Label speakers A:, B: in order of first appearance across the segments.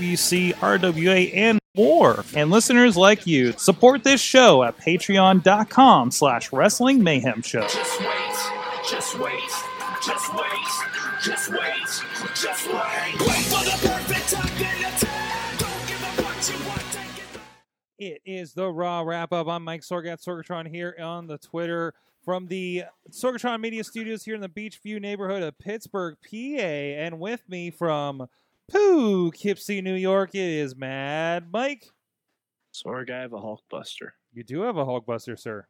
A: FWC, RWA, and more. And listeners like you support this show at patreon.com slash wrestling mayhem show.
B: Just wait, just wait, just wait, just wait, just wait. Wait for the perfect time and attack. Don't give up what you want. Take it.
A: It is the Raw Wrap Up. I'm Mike Sorg at Sorgatron here on the Twitter from the Sorgatron Media Studios here in the Beachview neighborhood of Pittsburgh, PA. And with me from Poughkeepsie, New York, it is Mad Mike.
C: Sorg, I have a Hulkbuster.
A: You do have a Hulkbuster, sir.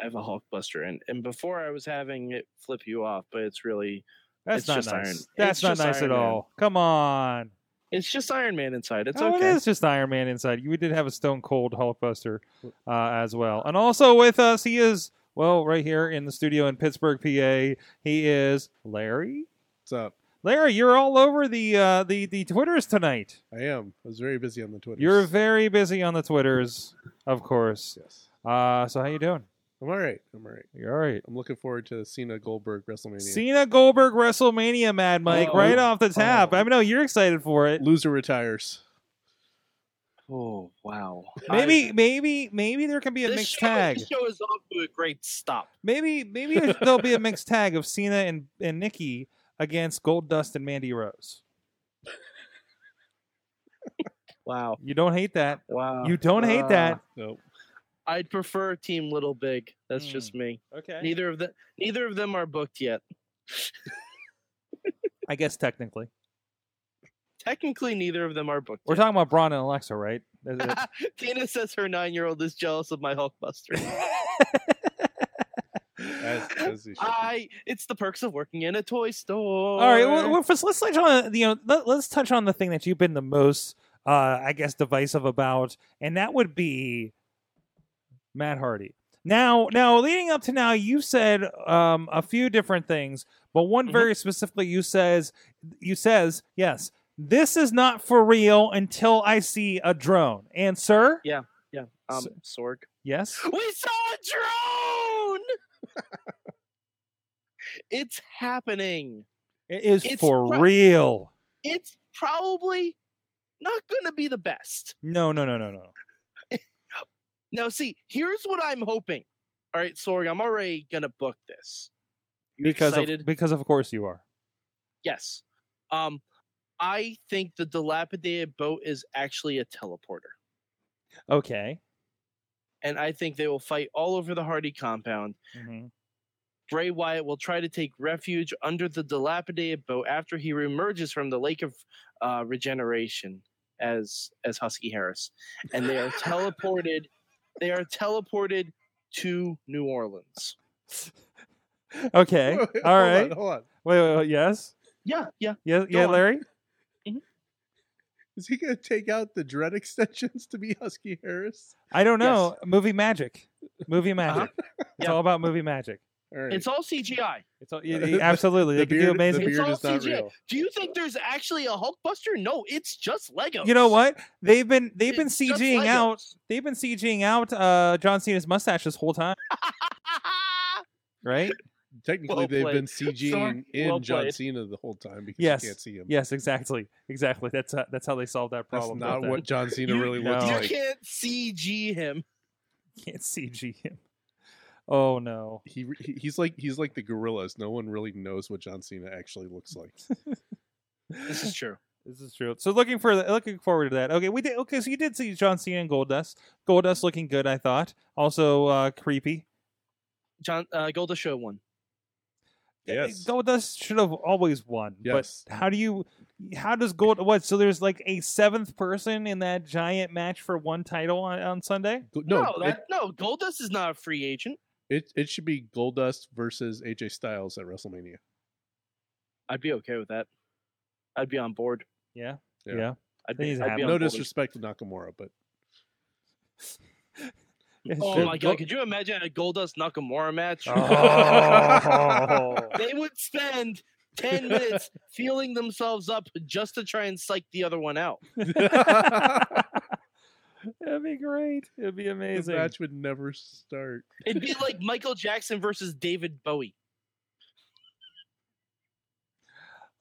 C: I have a Hulkbuster, and and before I was having it flip you off, but it's really
A: That's
C: It's
A: not
C: just
A: nice.
C: Iron-
A: That's
C: it's
A: not
C: just
A: nice
C: Iron
A: at
C: Man.
A: all. Come on.
C: it's just Iron Man inside. It's
A: oh,
C: okay.
A: it is just Iron Man inside. We did have a Stone Cold Hulkbuster uh, as well. And also with us, he is, well, right here in the studio in Pittsburgh, PA, he is Larry.
D: What's up?
A: Larry, you're all over the uh, the the Twitters tonight.
D: I am. I was very busy on the Twitter.
A: You're very busy on the Twitters, of course.
D: yes.
A: Uh, so how you doing?
D: I'm all right. I'm all right.
A: You're all right.
D: I'm looking forward to Cena Goldberg WrestleMania.
A: Cena Goldberg WrestleMania, Mad Mike,
C: Oh.
A: right off the tap.
C: Oh.
A: I know you're excited for it.
D: Loser retires.
C: Oh wow.
A: Maybe, maybe, maybe there can be
C: I-
A: a
C: this
A: mixed
C: show-
A: tag.
C: This show is off to a great stop.
A: Maybe, maybe there'll be a mixed tag of Cena and and Nikki against Gold Dust and Mandy Rose.
C: Wow.
A: You don't hate that.
C: Wow. Uh,
A: You don't hate that.
D: Nope.
C: I'd prefer Team Little Big. That's
A: Hmm.
C: just me.
A: Okay.
C: Neither of the neither of them are booked yet.
A: I guess technically,
C: Technically, neither of them are booked.
A: we're
C: yet.
A: talking about Braun and Alexa, right?
C: Tina says her nine-year-old is jealous of my Hulkbuster.
D: As, as they should.
C: I. It's the perks of working in a toy
A: All
C: store.
A: right, well, well, first let's touch on you know let, let's touch on the thing that you've been the most uh, I guess divisive about, and that would be Matt Hardy. Now, now leading up to now, you said um, a few different things, but one
C: Mhm.
A: very specifically, you says you says yes, this is not for real until I see a drone. And sir,
C: Yeah. Yeah. Um, Sorg.
A: yes,
C: We saw a drone. it's happening.
A: it is
C: It's
A: for
C: pro-
A: real.
C: It's probably not going to be the best.
A: No, no, no, no, no.
C: Now, see, here's what I'm hoping. All right, Sorg, I'm already going to book this. You
A: Because
C: excited?
A: of, because of course you are.
C: yes. Um, I think the dilapidated boat is actually a teleporter,
A: Okay.
C: and I think they will fight all over the Hardy compound.
A: Mhm.
C: Bray Wyatt will try to take refuge under the dilapidated boat after he reemerges from the lake of uh, regeneration as as Husky Harris, and they are teleported. They are teleported to New Orleans.
A: Okay.
D: Hold on,
A: All right.
D: hold on.
A: Wait, wait, wait, yes,
C: Yeah, yeah.
A: yes, yeah,
C: on.
A: Larry.
D: Is he going to take out the dread extensions to be Husky Harris?
A: I don't know. Movie magic, movie
D: Uh-huh.
A: magic. It's
C: Yeah.
A: all about movie magic.
D: All right.
C: It's all CGI.
A: It's all, yeah, yeah, absolutely
D: the
A: they can
D: beard,
A: do
D: The
A: amazing.
C: It's
D: beard
C: all
D: is not
C: CGI.
D: real.
C: Do you think there's actually a Hulkbuster? No, it's just Legos.
A: You know what? They've been they've been
C: It's just
A: CGing out.
C: Legos.
A: They've been CGing out uh, John Cena's mustache this whole time, right?
D: Technically,
C: Well
D: they've
C: played.
D: been CGing
C: Sorry.
D: in
C: Well
D: John
C: played.
D: Cena the whole time because
A: Yes.
D: you can't see him.
A: Yes, exactly, exactly. That's uh, that's how they solved that
D: That's
A: problem.
D: not
A: don't they?
D: what John Cena
C: You-
D: really
A: No.
D: looks
C: you
D: like.
C: can't CG him.
A: can't CG him. Oh no.
D: He, re- he he's like he's like the gorillas. No one really knows what John Cena actually looks like.
C: This is true.
A: This is true. So looking for looking forward to that. Okay, we did. Okay, so you did see John Cena and Goldust. Goldust looking good, I thought. Also uh, creepy.
C: John uh, Golda show one.
D: Yes.
A: Goldust should have always won.
D: Yes.
A: But how do you how does Gold what so there's like a seventh person in that giant match for one title on, on Sunday?
D: Go-
C: No,
D: No,
C: no, that, no, Goldust is not a free agent.
D: it, it it should be Goldust versus AJ Styles at WrestleMania.
C: I'd be okay with that. I'd be on board.
A: Yeah. Yeah.
D: Yeah.
C: I'd
A: That
C: be,
A: needs to
C: I'd be
A: happen.
C: on
D: No
C: board.
D: disrespect to Nakamura, but
A: It's
C: Oh
A: true.
C: my god, could you imagine a Goldust Nakamura match?
A: Oh.
C: They would spend ten minutes feeling themselves up just to try and psych the other one out.
A: That'd be great. It'd be
D: the
A: amazing.
D: match would never start.
C: It'd be like Michael Jackson versus David Bowie.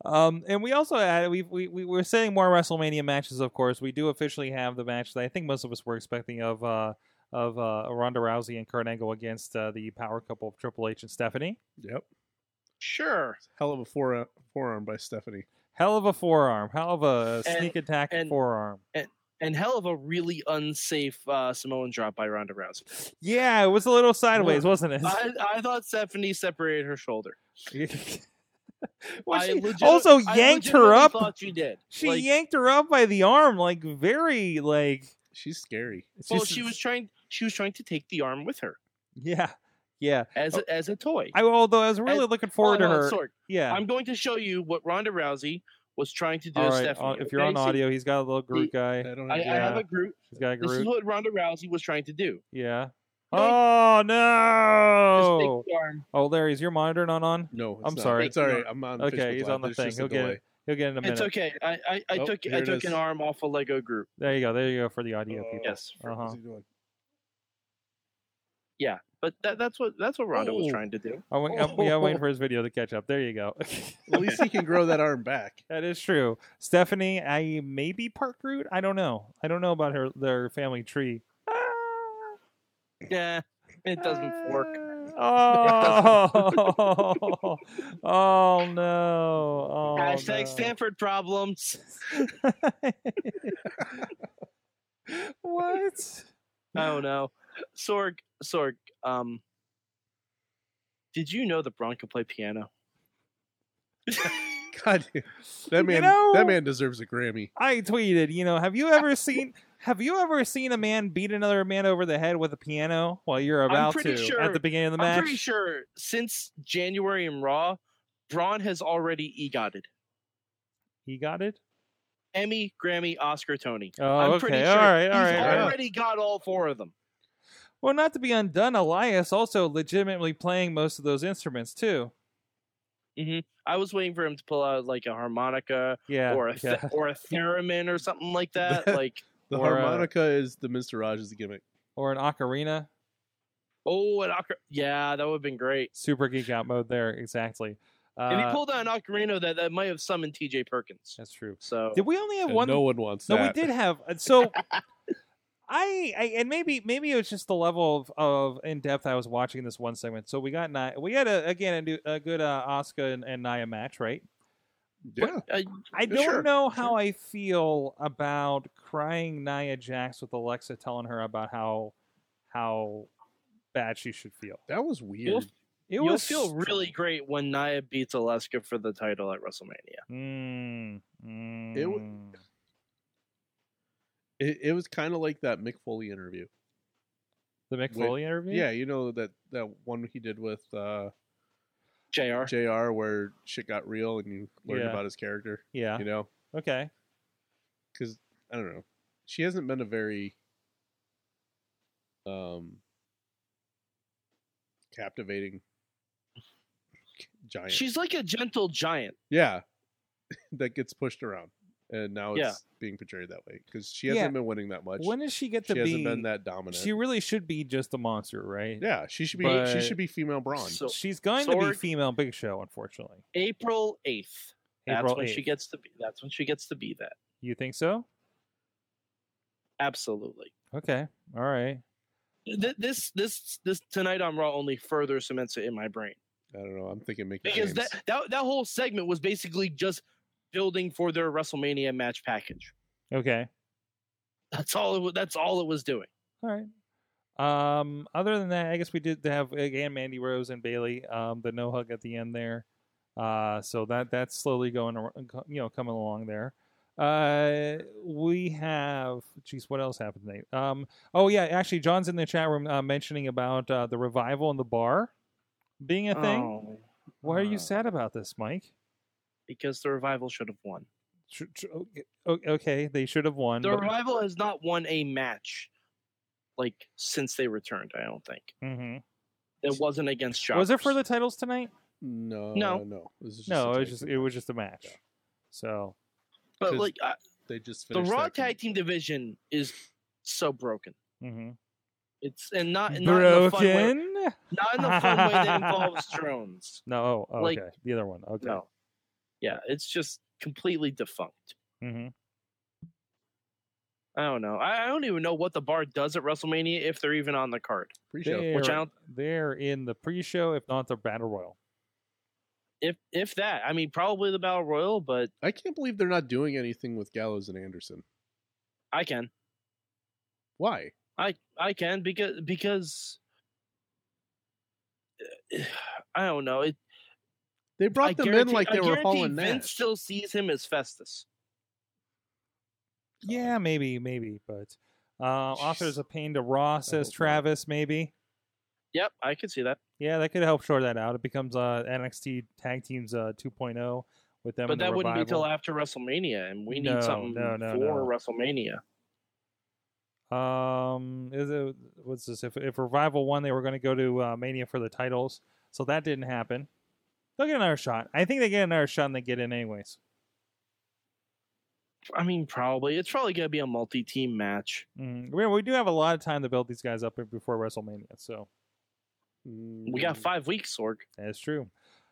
A: Um, and we also added we we we were saying more WrestleMania matches. Of course, we do officially have the match that I think most of us were expecting of uh, of uh, Ronda Rousey and Kurt Angle against uh, the power couple of Triple H and Stephanie.
D: Yep.
C: Sure.
D: Hell of a fore- forearm by Stephanie.
A: Hell of a forearm, hell of a
C: And-
A: sneak attack
C: and-
A: forearm.
C: And hell of a really unsafe uh, Samoan drop by Ronda Rousey.
A: Yeah, it was a little sideways, wasn't it?
C: I, I thought Stephanie separated her shoulder.
A: Well,
C: I
A: she
C: legit-
A: also
C: I
A: yanked her
C: legitimately
A: up.
C: Thought she did.
A: She
C: Like,
A: yanked her up by the arm, like very like.
D: She's scary.
A: it's
C: Well,
A: just-
C: she was trying. She was trying to take the arm with her
A: Yeah, yeah.
C: as a, as a toy.
A: I although I was really looking
C: Oh,
A: forward to
C: no,
A: her.
C: Sorg,
A: Yeah.
C: I'm going to show you what Ronda Rousey was trying to do.
A: All
C: to
A: right.
C: Stephanie.
A: uh, if you're
C: okay?
A: on
C: So
A: audio, he's got a little Groot
D: I
A: guy.
D: don't
C: I,
D: have
C: I have
A: Yeah.
C: a group.
A: He's got a
C: This is
A: Groot.
C: what Ronda Rousey was trying to do.
A: Yeah.
C: Like,
A: Oh
C: Just
A: no!
C: take the arm.
A: Oh, Larry, is your monitor not on?
D: No, it's
A: I'm
D: not.
A: sorry.
D: It's all right. I'm on.
A: Okay,
D: Facebook
A: he's
D: Live.
A: on the
D: There's
A: thing.
D: just a
A: He'll get
D: delay.
A: it. He'll get it in a minute.
C: It's okay. I I, I
D: Oh,
C: took
D: here
C: I
D: it
C: took
D: is.
C: an arm off a Lego group.
A: There you go. There you go for the audio
D: Oh.
A: people.
C: Yes.
D: Frick,
A: Uh-huh.
D: what's he doing?
C: But that, that's what that's what Ronda was
D: Oh.
C: trying to do.
A: i wa- I'm, yeah, I'm waiting for his video to catch up. There you go.
D: At least he can grow that arm back.
A: that is true. Stephanie, I may be part Groot. I don't know. I don't know about her their family tree.
C: Yeah, it doesn't work.
A: Oh, oh, no. Oh,
C: Hashtag
A: no.
C: Stanford problems.
A: what?
C: Oh no, Sorg, Sorg. Um, did you know that Braun could play piano?
D: God, that man.
A: know-
D: that man deserves a Grammy.
A: I tweeted, you know, have you ever seen have you ever seen a man beat another man over the head with a piano while you're about
C: pretty
A: to at
C: sure-
A: the beginning of the
C: I'm
A: match?
C: pretty sure since January and Raw, Braun has already egotted
A: He got it?
C: Emmy, Grammy, Oscar, Tony.
A: Oh,
C: I'm
A: okay.
C: pretty
A: All
C: sure
A: right, all
C: He's
A: right. all right.
C: already got all four of them.
A: Well, not to be undone, Elias also legitimately playing most of those instruments too.
C: I was waiting for him to pull out like a harmonica
A: Yeah.
C: or a
A: yeah.
C: th- or a theremin or something like that. like,
D: The
A: Or, uh,
D: harmonica is the Mister Rogers gimmick.
A: or an ocarina.
C: oh, an ocar- yeah, that would have been great.
A: Super geek out mode there, exactly. Uh,
C: if he pulled out an ocarina, that that might have summoned T.J. Perkins.
A: that's true.
C: So
A: Did we only have
D: And
A: one
D: no one wants
A: No,
D: that.
A: we did have. uh, So I, I and maybe maybe it was just the level of, of in depth I was watching this one segment. So we got Nia, we had a, again a, new, a good uh, Oscar and, and Nia match, right?
D: Yeah.
C: Uh,
A: I don't
D: Sure,
A: know how I feel about crying Nia Jax with Alexa telling her about how how bad she should feel.
D: That was weird.
A: It
C: you'll
A: was
C: feel really great when Nia beats Alaska for the title at WrestleMania.
A: Mm,
D: It wa-
A: mm.
D: It, it was kind of like that Mick Foley interview.
A: the Mick
D: Wait,
A: Foley interview.
D: Yeah, you know that that one he did with uh,
C: Jr.
D: Jr. where shit got real and you learned
A: Yeah.
D: about his character.
A: yeah.
D: You know,
A: Okay.
D: because I don't know, she hasn't been a very um captivating giant.
C: She's like a gentle giant.
D: yeah, that gets pushed around, and now it's
C: Yeah.
D: being portrayed that way because she
A: Yeah.
D: hasn't been winning that much.
A: When does she get
D: she
A: to
D: hasn't
A: be
D: been that dominant.
A: She really should be just a monster, right?
D: yeah, she should be.
A: But-
D: she should be female Braun.
C: So
A: She's going to be
C: Sorg-
A: female Big Show, unfortunately.
C: April eighth. That's
A: April
C: when
A: 8th.
C: she gets to be. That's when she gets to be that.
A: You think so?
C: Absolutely.
A: Okay. All right.
C: Th- this this this tonight on Raw only further cements it in my brain
D: I don't know. I'm thinking Mickey
C: because
D: James.
C: that, that that whole segment was basically just building for their WrestleMania match package.
A: Okay.
C: That's all. It, wa- that's all it was doing.
A: All right. Um, other than that, I guess we did have again Mandy Rose and Bailey, um, the no hug at the end there. Uh, so that that's slowly going, ar- you know, coming along there. Uh, we have, geez, what else happened tonight? Um, oh yeah, actually, John's in the chat room uh, mentioning about uh, the revival in the bar being a thing.
C: Oh,
A: Why are you
C: uh,
A: sad about this, Mike?
C: because the revival should have won.
A: Tr- tr- okay- o- Okay, they should have won.
C: The
A: but-
C: revival has not won a match like since they returned. I don't think
A: Mhm.
C: it wasn't against Shockers.
A: Was it for the titles tonight?
D: no,
C: No.
D: no. This is just
A: No, it
D: a tag
A: was just
D: team
A: it was
D: match.
A: just a match.
D: Yeah.
A: So
C: But
D: 'Cause
C: like I,
D: They just
C: the
D: finished
C: Raw
D: that
C: tag team division is so broken.
A: mhm.
C: It's and Uh, not and not in the fun way,
A: broken.
C: not in the fun way that involves drones.
A: No, oh,
C: Like-
A: okay, the other one. Okay,
C: No, yeah, it's just completely defunct.
A: Mm-hmm.
C: I don't know. I, I don't even know what the bar does at WrestleMania if they're even on the card.
D: Pre-show.
A: They're,
C: Which I don't-
A: they're in the pre-show, if not the battle royal.
C: If if that, I mean, probably the Battle Royal, but
D: I can't believe they're not doing anything with Gallows and Anderson.
C: I can.
D: Why?
C: I I can because because I don't know. It
D: They
C: I
D: brought them in
C: guarantee-
D: like
C: I
D: they were
C: guarantee
D: hauling
C: Vince
D: Nash.
C: still sees him as Festus.
A: Yeah, maybe, maybe, but uh, authors
D: Jeez.
A: of pain to Raw says
D: hope not.
A: Travis. Maybe,
C: Yep, I could see that.
A: yeah, that could help shore that out. It becomes uh, NXT tag teams uh, 2.0 with them.
C: but
A: and the
C: that wouldn't be
A: Revival.
C: till after WrestleMania, and we need
A: No,
C: something
A: no, no,
C: for
A: no.
C: WrestleMania.
A: Um, is it what's this? If, if Revival won, they were going to go to uh, Mania for the titles, so that didn't happen. They'll get another shot. I think they get another shot and they get in anyways.
C: I mean, probably it's probably gonna be a multi-team match.
A: Mm. We, we do have a lot of time to build these guys up before WrestleMania, so
D: Mm,
C: We got five weeks, Sorg.
A: that's true.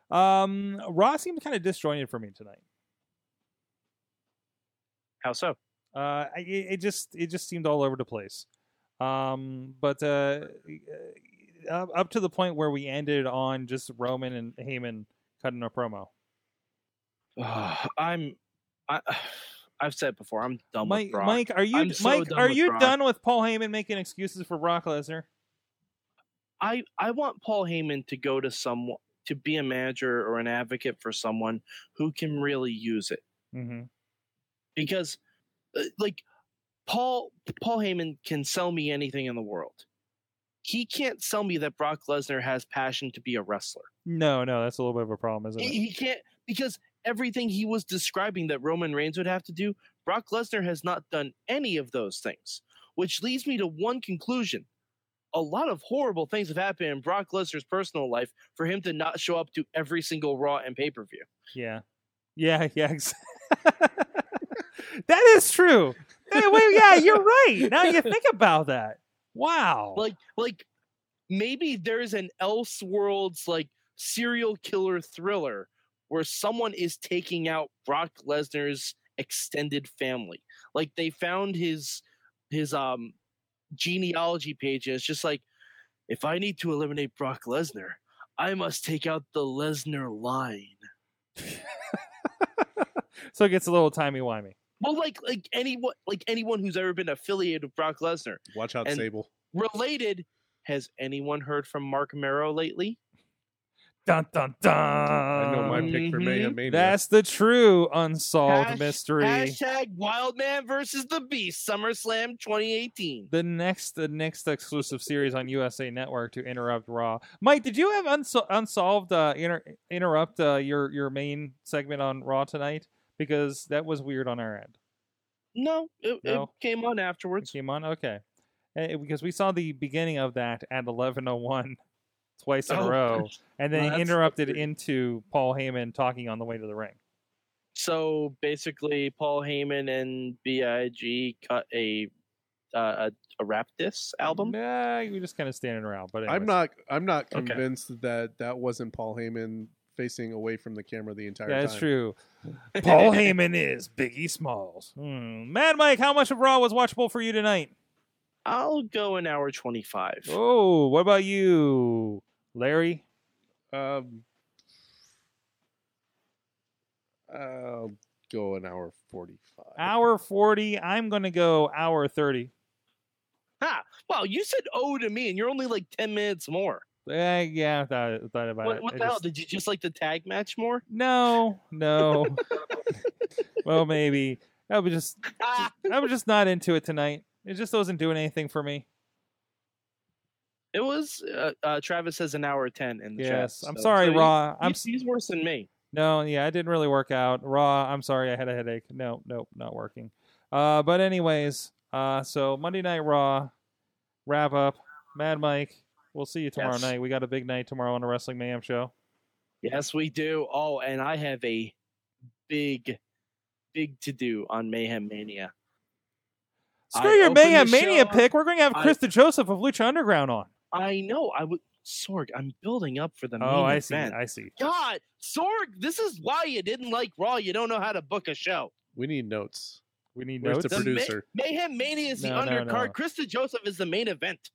A: Um, Raw seemed kind of disjointed for me tonight.
C: How so?
A: Uh, I- it, it just it just seemed all over the place. Um, but uh, up up to the point where we ended on just Roman and Heyman cutting a promo.
C: Ugh, I'm I, I've said before, I'm done
A: Mike,
C: with Brock.
A: Mike, are you
C: I'm so
A: Mike?
C: done
A: Are
C: with
A: you
C: Brock.
A: done with Paul Heyman making excuses for Brock Lesnar?
C: I I want Paul Heyman to go to someone to be a manager or an advocate for someone who can really use it
A: Mm-hmm.
C: because uh, like Paul Paul Heyman can sell me anything in the world. He can't sell me that Brock Lesnar has passion to be a wrestler.
A: No, no, that's a little bit of a problem, isn't it?
C: He, he can't because everything he was describing that Roman Reigns would have to do, Brock Lesnar has not done any of those things, which leads me to one conclusion. A lot of horrible things have happened in Brock Lesnar's personal life for him to not show up to every single Raw and pay per view.
A: Yeah, yeah, yeah. ex- that is true. That- well, yeah, you're right. Now you think about that. Wow.
C: Like, like maybe there's an Elseworlds like serial killer thriller where someone is taking out Brock Lesnar's extended family. Like they found his his um genealogy page and it's just like if I need to eliminate Brock Lesnar, I must take out the Lesnar line.
A: so it gets a little timey wimey.
C: Well, like like anyone like anyone who's ever been affiliated with Brock Lesnar.
D: Watch out,
C: and-
D: Sable.
C: Related, has anyone heard from Mark Mero lately?
A: Dun dun dun.
D: I know my pick for
C: mhm.
D: Mayhem Mania.
A: um, That's the true unsolved
C: Hash-
A: mystery.
C: Hashtag Wildman versus the Beast SummerSlam 2018.
A: the next the next exclusive series on USA Network to interrupt Raw. Mike, did you have unsol- unsolved uh, inter- interrupt uh, your your main segment on Raw tonight because that was weird on our end.
C: No, it,
A: No.
C: it came on
A: It
C: afterwards.
A: came on okay Eh, because we saw the beginning of that at eleven oh one twice in a
C: Oh,
A: row, and
C: No,
A: then
C: that's
A: interrupted
C: weird.
A: into Paul Heyman talking on the way to the ring.
C: So basically, Paul Heyman and Big cut a uh, a, a rap diss album.
A: Nah, you were just kind of standing around. But
D: I'm
A: anyways.
D: not. I'm not
C: Okay.
D: convinced that that wasn't Paul Heyman facing away from the camera the entire
A: Yeah,
D: time.
A: That's true. Paul Heyman is Biggie Smalls. Hmm. Mad Mike, how much of Raw was watchable for you tonight?
C: I'll go an hour 25.
A: Oh, what about you, Larry?
D: Um, I'll go an hour forty-five.
A: Hour 40. I'm going to go hour 30.
C: Wow, you said oh to me, and you're only like 10 minutes more.
A: Eh, yeah, I thought, I thought about
C: What,
A: it.
C: what
A: I
C: the hell?
A: just-
C: Did you just like the tag match more?
A: No, no. well, maybe. I was just,
C: Ah,
A: I was just not into it tonight. It just wasn't doing anything for me.
C: it was. Uh, uh, Travis says an hour 10 in the chat.
A: Yes, I'm
C: so-
A: sorry,
C: so he-
A: Raw. I'm
C: he's- he's worse than me.
A: No, yeah, it didn't really work out. Raw, I'm sorry, I had a headache. No, nope, not working. Uh, but anyways, uh, so Monday Night Raw, wrap up. Mad Mike, we'll see you tomorrow
C: Yes.
A: night. We got a big night tomorrow on the Wrestling Mayhem show.
C: Yes, we do. Oh, and I have a big, big to do on Mayhem Mania.
A: Screw
C: I
A: your
C: opened the
A: Mayhem Mania
C: show-
A: pick. We're going to have
C: I-
A: Krista Joseph of Lucha Underground on.
C: I know. I would. Sorg, I'm building up for the main
A: Oh, I see.
C: event.
A: I see.
C: God, Sorg, this is why you didn't like Raw. You don't know how to book a show.
D: We need notes.
A: We need
D: Where's
A: notes.
D: the
C: ma-
D: producer?
C: Mayhem Mania is the
A: No, no,
C: undercard.
A: no.
C: Krista Joseph is the main event.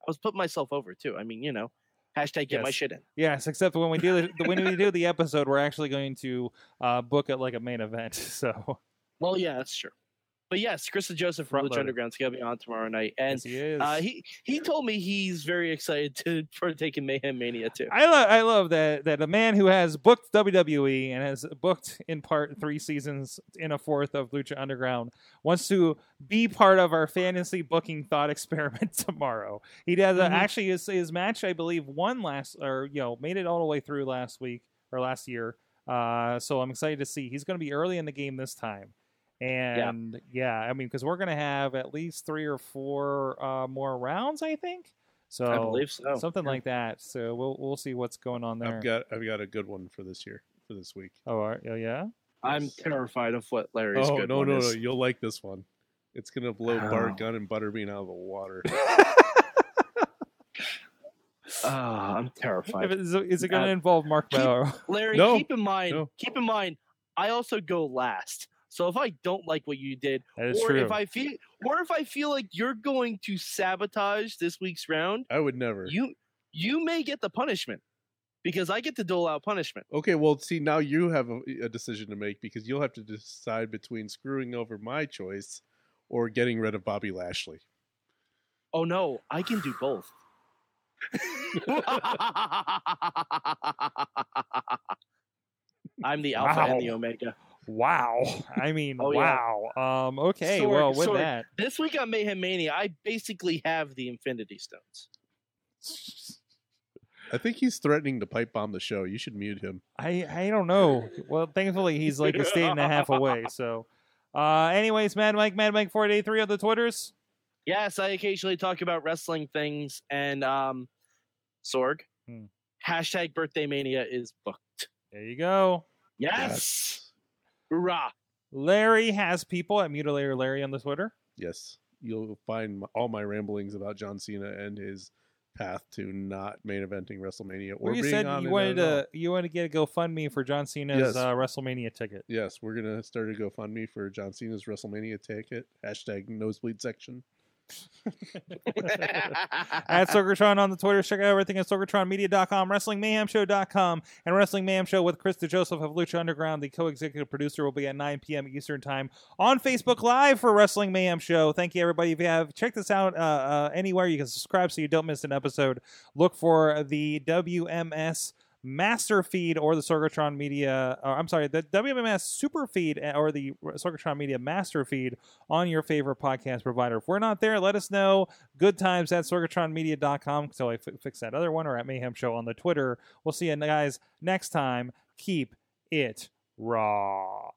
C: I was putting myself over too. I mean, you know, hashtag get my
A: Yes.
C: shit in.
A: Yes, except when we do the when we do the episode, we're actually going to uh, book it like a main event. So
C: Well, yeah, that's true. But yes, Krista Joseph from Lucha
A: Front-loaded.
C: Underground's gonna be on tomorrow night, and
A: yes, he is.
C: uh, he he told me he's very excited to partake in Mayhem Mania too.
A: I love I love that that a man who has booked WWE and has booked in part three seasons in a fourth of Lucha Underground wants to be part of our fantasy booking thought experiment tomorrow. He does uh,
C: Mhm.
A: actually his, his match I believe won last or you know made it all the way through last week or last year. Uh, so I'm excited to see he's going to be early in the game this time. And yeah, I mean because we're going to have at least three or four uh, more rounds I think. So
C: I
D: Oh,
C: believe so.
A: something
C: Oh, Yeah.
A: like that. So we'll we'll see what's going on there.
D: I've got I've got a good one for this year for this week.
A: oh, are, oh yeah.
C: I'm terrified of what Larry's
D: oh
C: good
D: no
C: one
D: no
C: is.
D: no! You'll like this one. It's gonna blow
C: Oh.
D: Bart Gun and Butterbean out of the water.
C: Ah, I'm
A: If
C: terrified.
A: it- is it, is it going
C: Uh,
A: to involve Mark
C: keep-
A: Bauer?
C: Larry,
D: No,
C: keep in mind,
D: no.
C: keep in mind, I also go last. So if I don't like what you did,
A: that is
C: or
A: true.
C: if I feel, or if I feel like you're going to sabotage this week's round,
D: I would never.
C: you you may get the punishment because I get to dole out punishment.
D: Okay, well, see now you have a, a decision to make because you'll have to decide between screwing over my choice or getting rid of Bobby Lashley.
C: Oh no, I can do both. I'm the alpha and the
A: Wow.
C: omega.
A: wow. I mean,
C: Oh, yeah.
A: wow. Um. Okay.
C: Sorg,
A: well, with
C: Sorg.
A: that,
C: This week on Mayhem Mania, I basically have the Infinity Stones.
D: I think he's threatening to pipe bomb the show. You should mute him.
A: I I don't know. Well, thankfully he's like a state and a half away. So, uh. Anyways, Mad Mike, Mad Mike four eighty three on the twitters.
C: Yes, I occasionally talk about wrestling things and um Sorg.
A: Hmm.
C: Hashtag birthday mania is booked.
A: There you go.
C: Yes. Hoorah.
A: Larry has people at Mutilator Larry on the Twitter.
D: Yes, you'll find my, all my ramblings about John Cena and his path to not main eventing WrestleMania or
A: Where you
D: being
A: said
D: on
A: you
D: it
A: wanted
D: at all.
A: to you wanted to get a GoFundMe for John Cena's
D: Yes.
A: uh, WrestleMania ticket.
D: Yes, we're gonna start a GoFundMe for John Cena's WrestleMania ticket. Hashtag nosebleed section.
A: at Sorgatron on the Twitter. Check out everything at SorgatronMedia.com, WrestlingMayhemShow.com, and Wrestling Mayhem Show with Krista Joseph of Lucha Underground. The co executive producer will be at 9 p.m. Eastern Time on Facebook Live for Wrestling Mayhem Show. Thank you, everybody. If you have checked this out uh, uh, anywhere, you can subscribe so you don't miss an episode. Look for the WMS. Master feed or the Sorgatron Media, or I'm sorry, the WMS Super feed uh, or the Sorgatron Media Master feed on your favorite podcast provider. If we're not there, let us know good times at sorgatronmedia.com so i f- fix that other one or at mayhem show on the twitter we'll see you guys next time keep it raw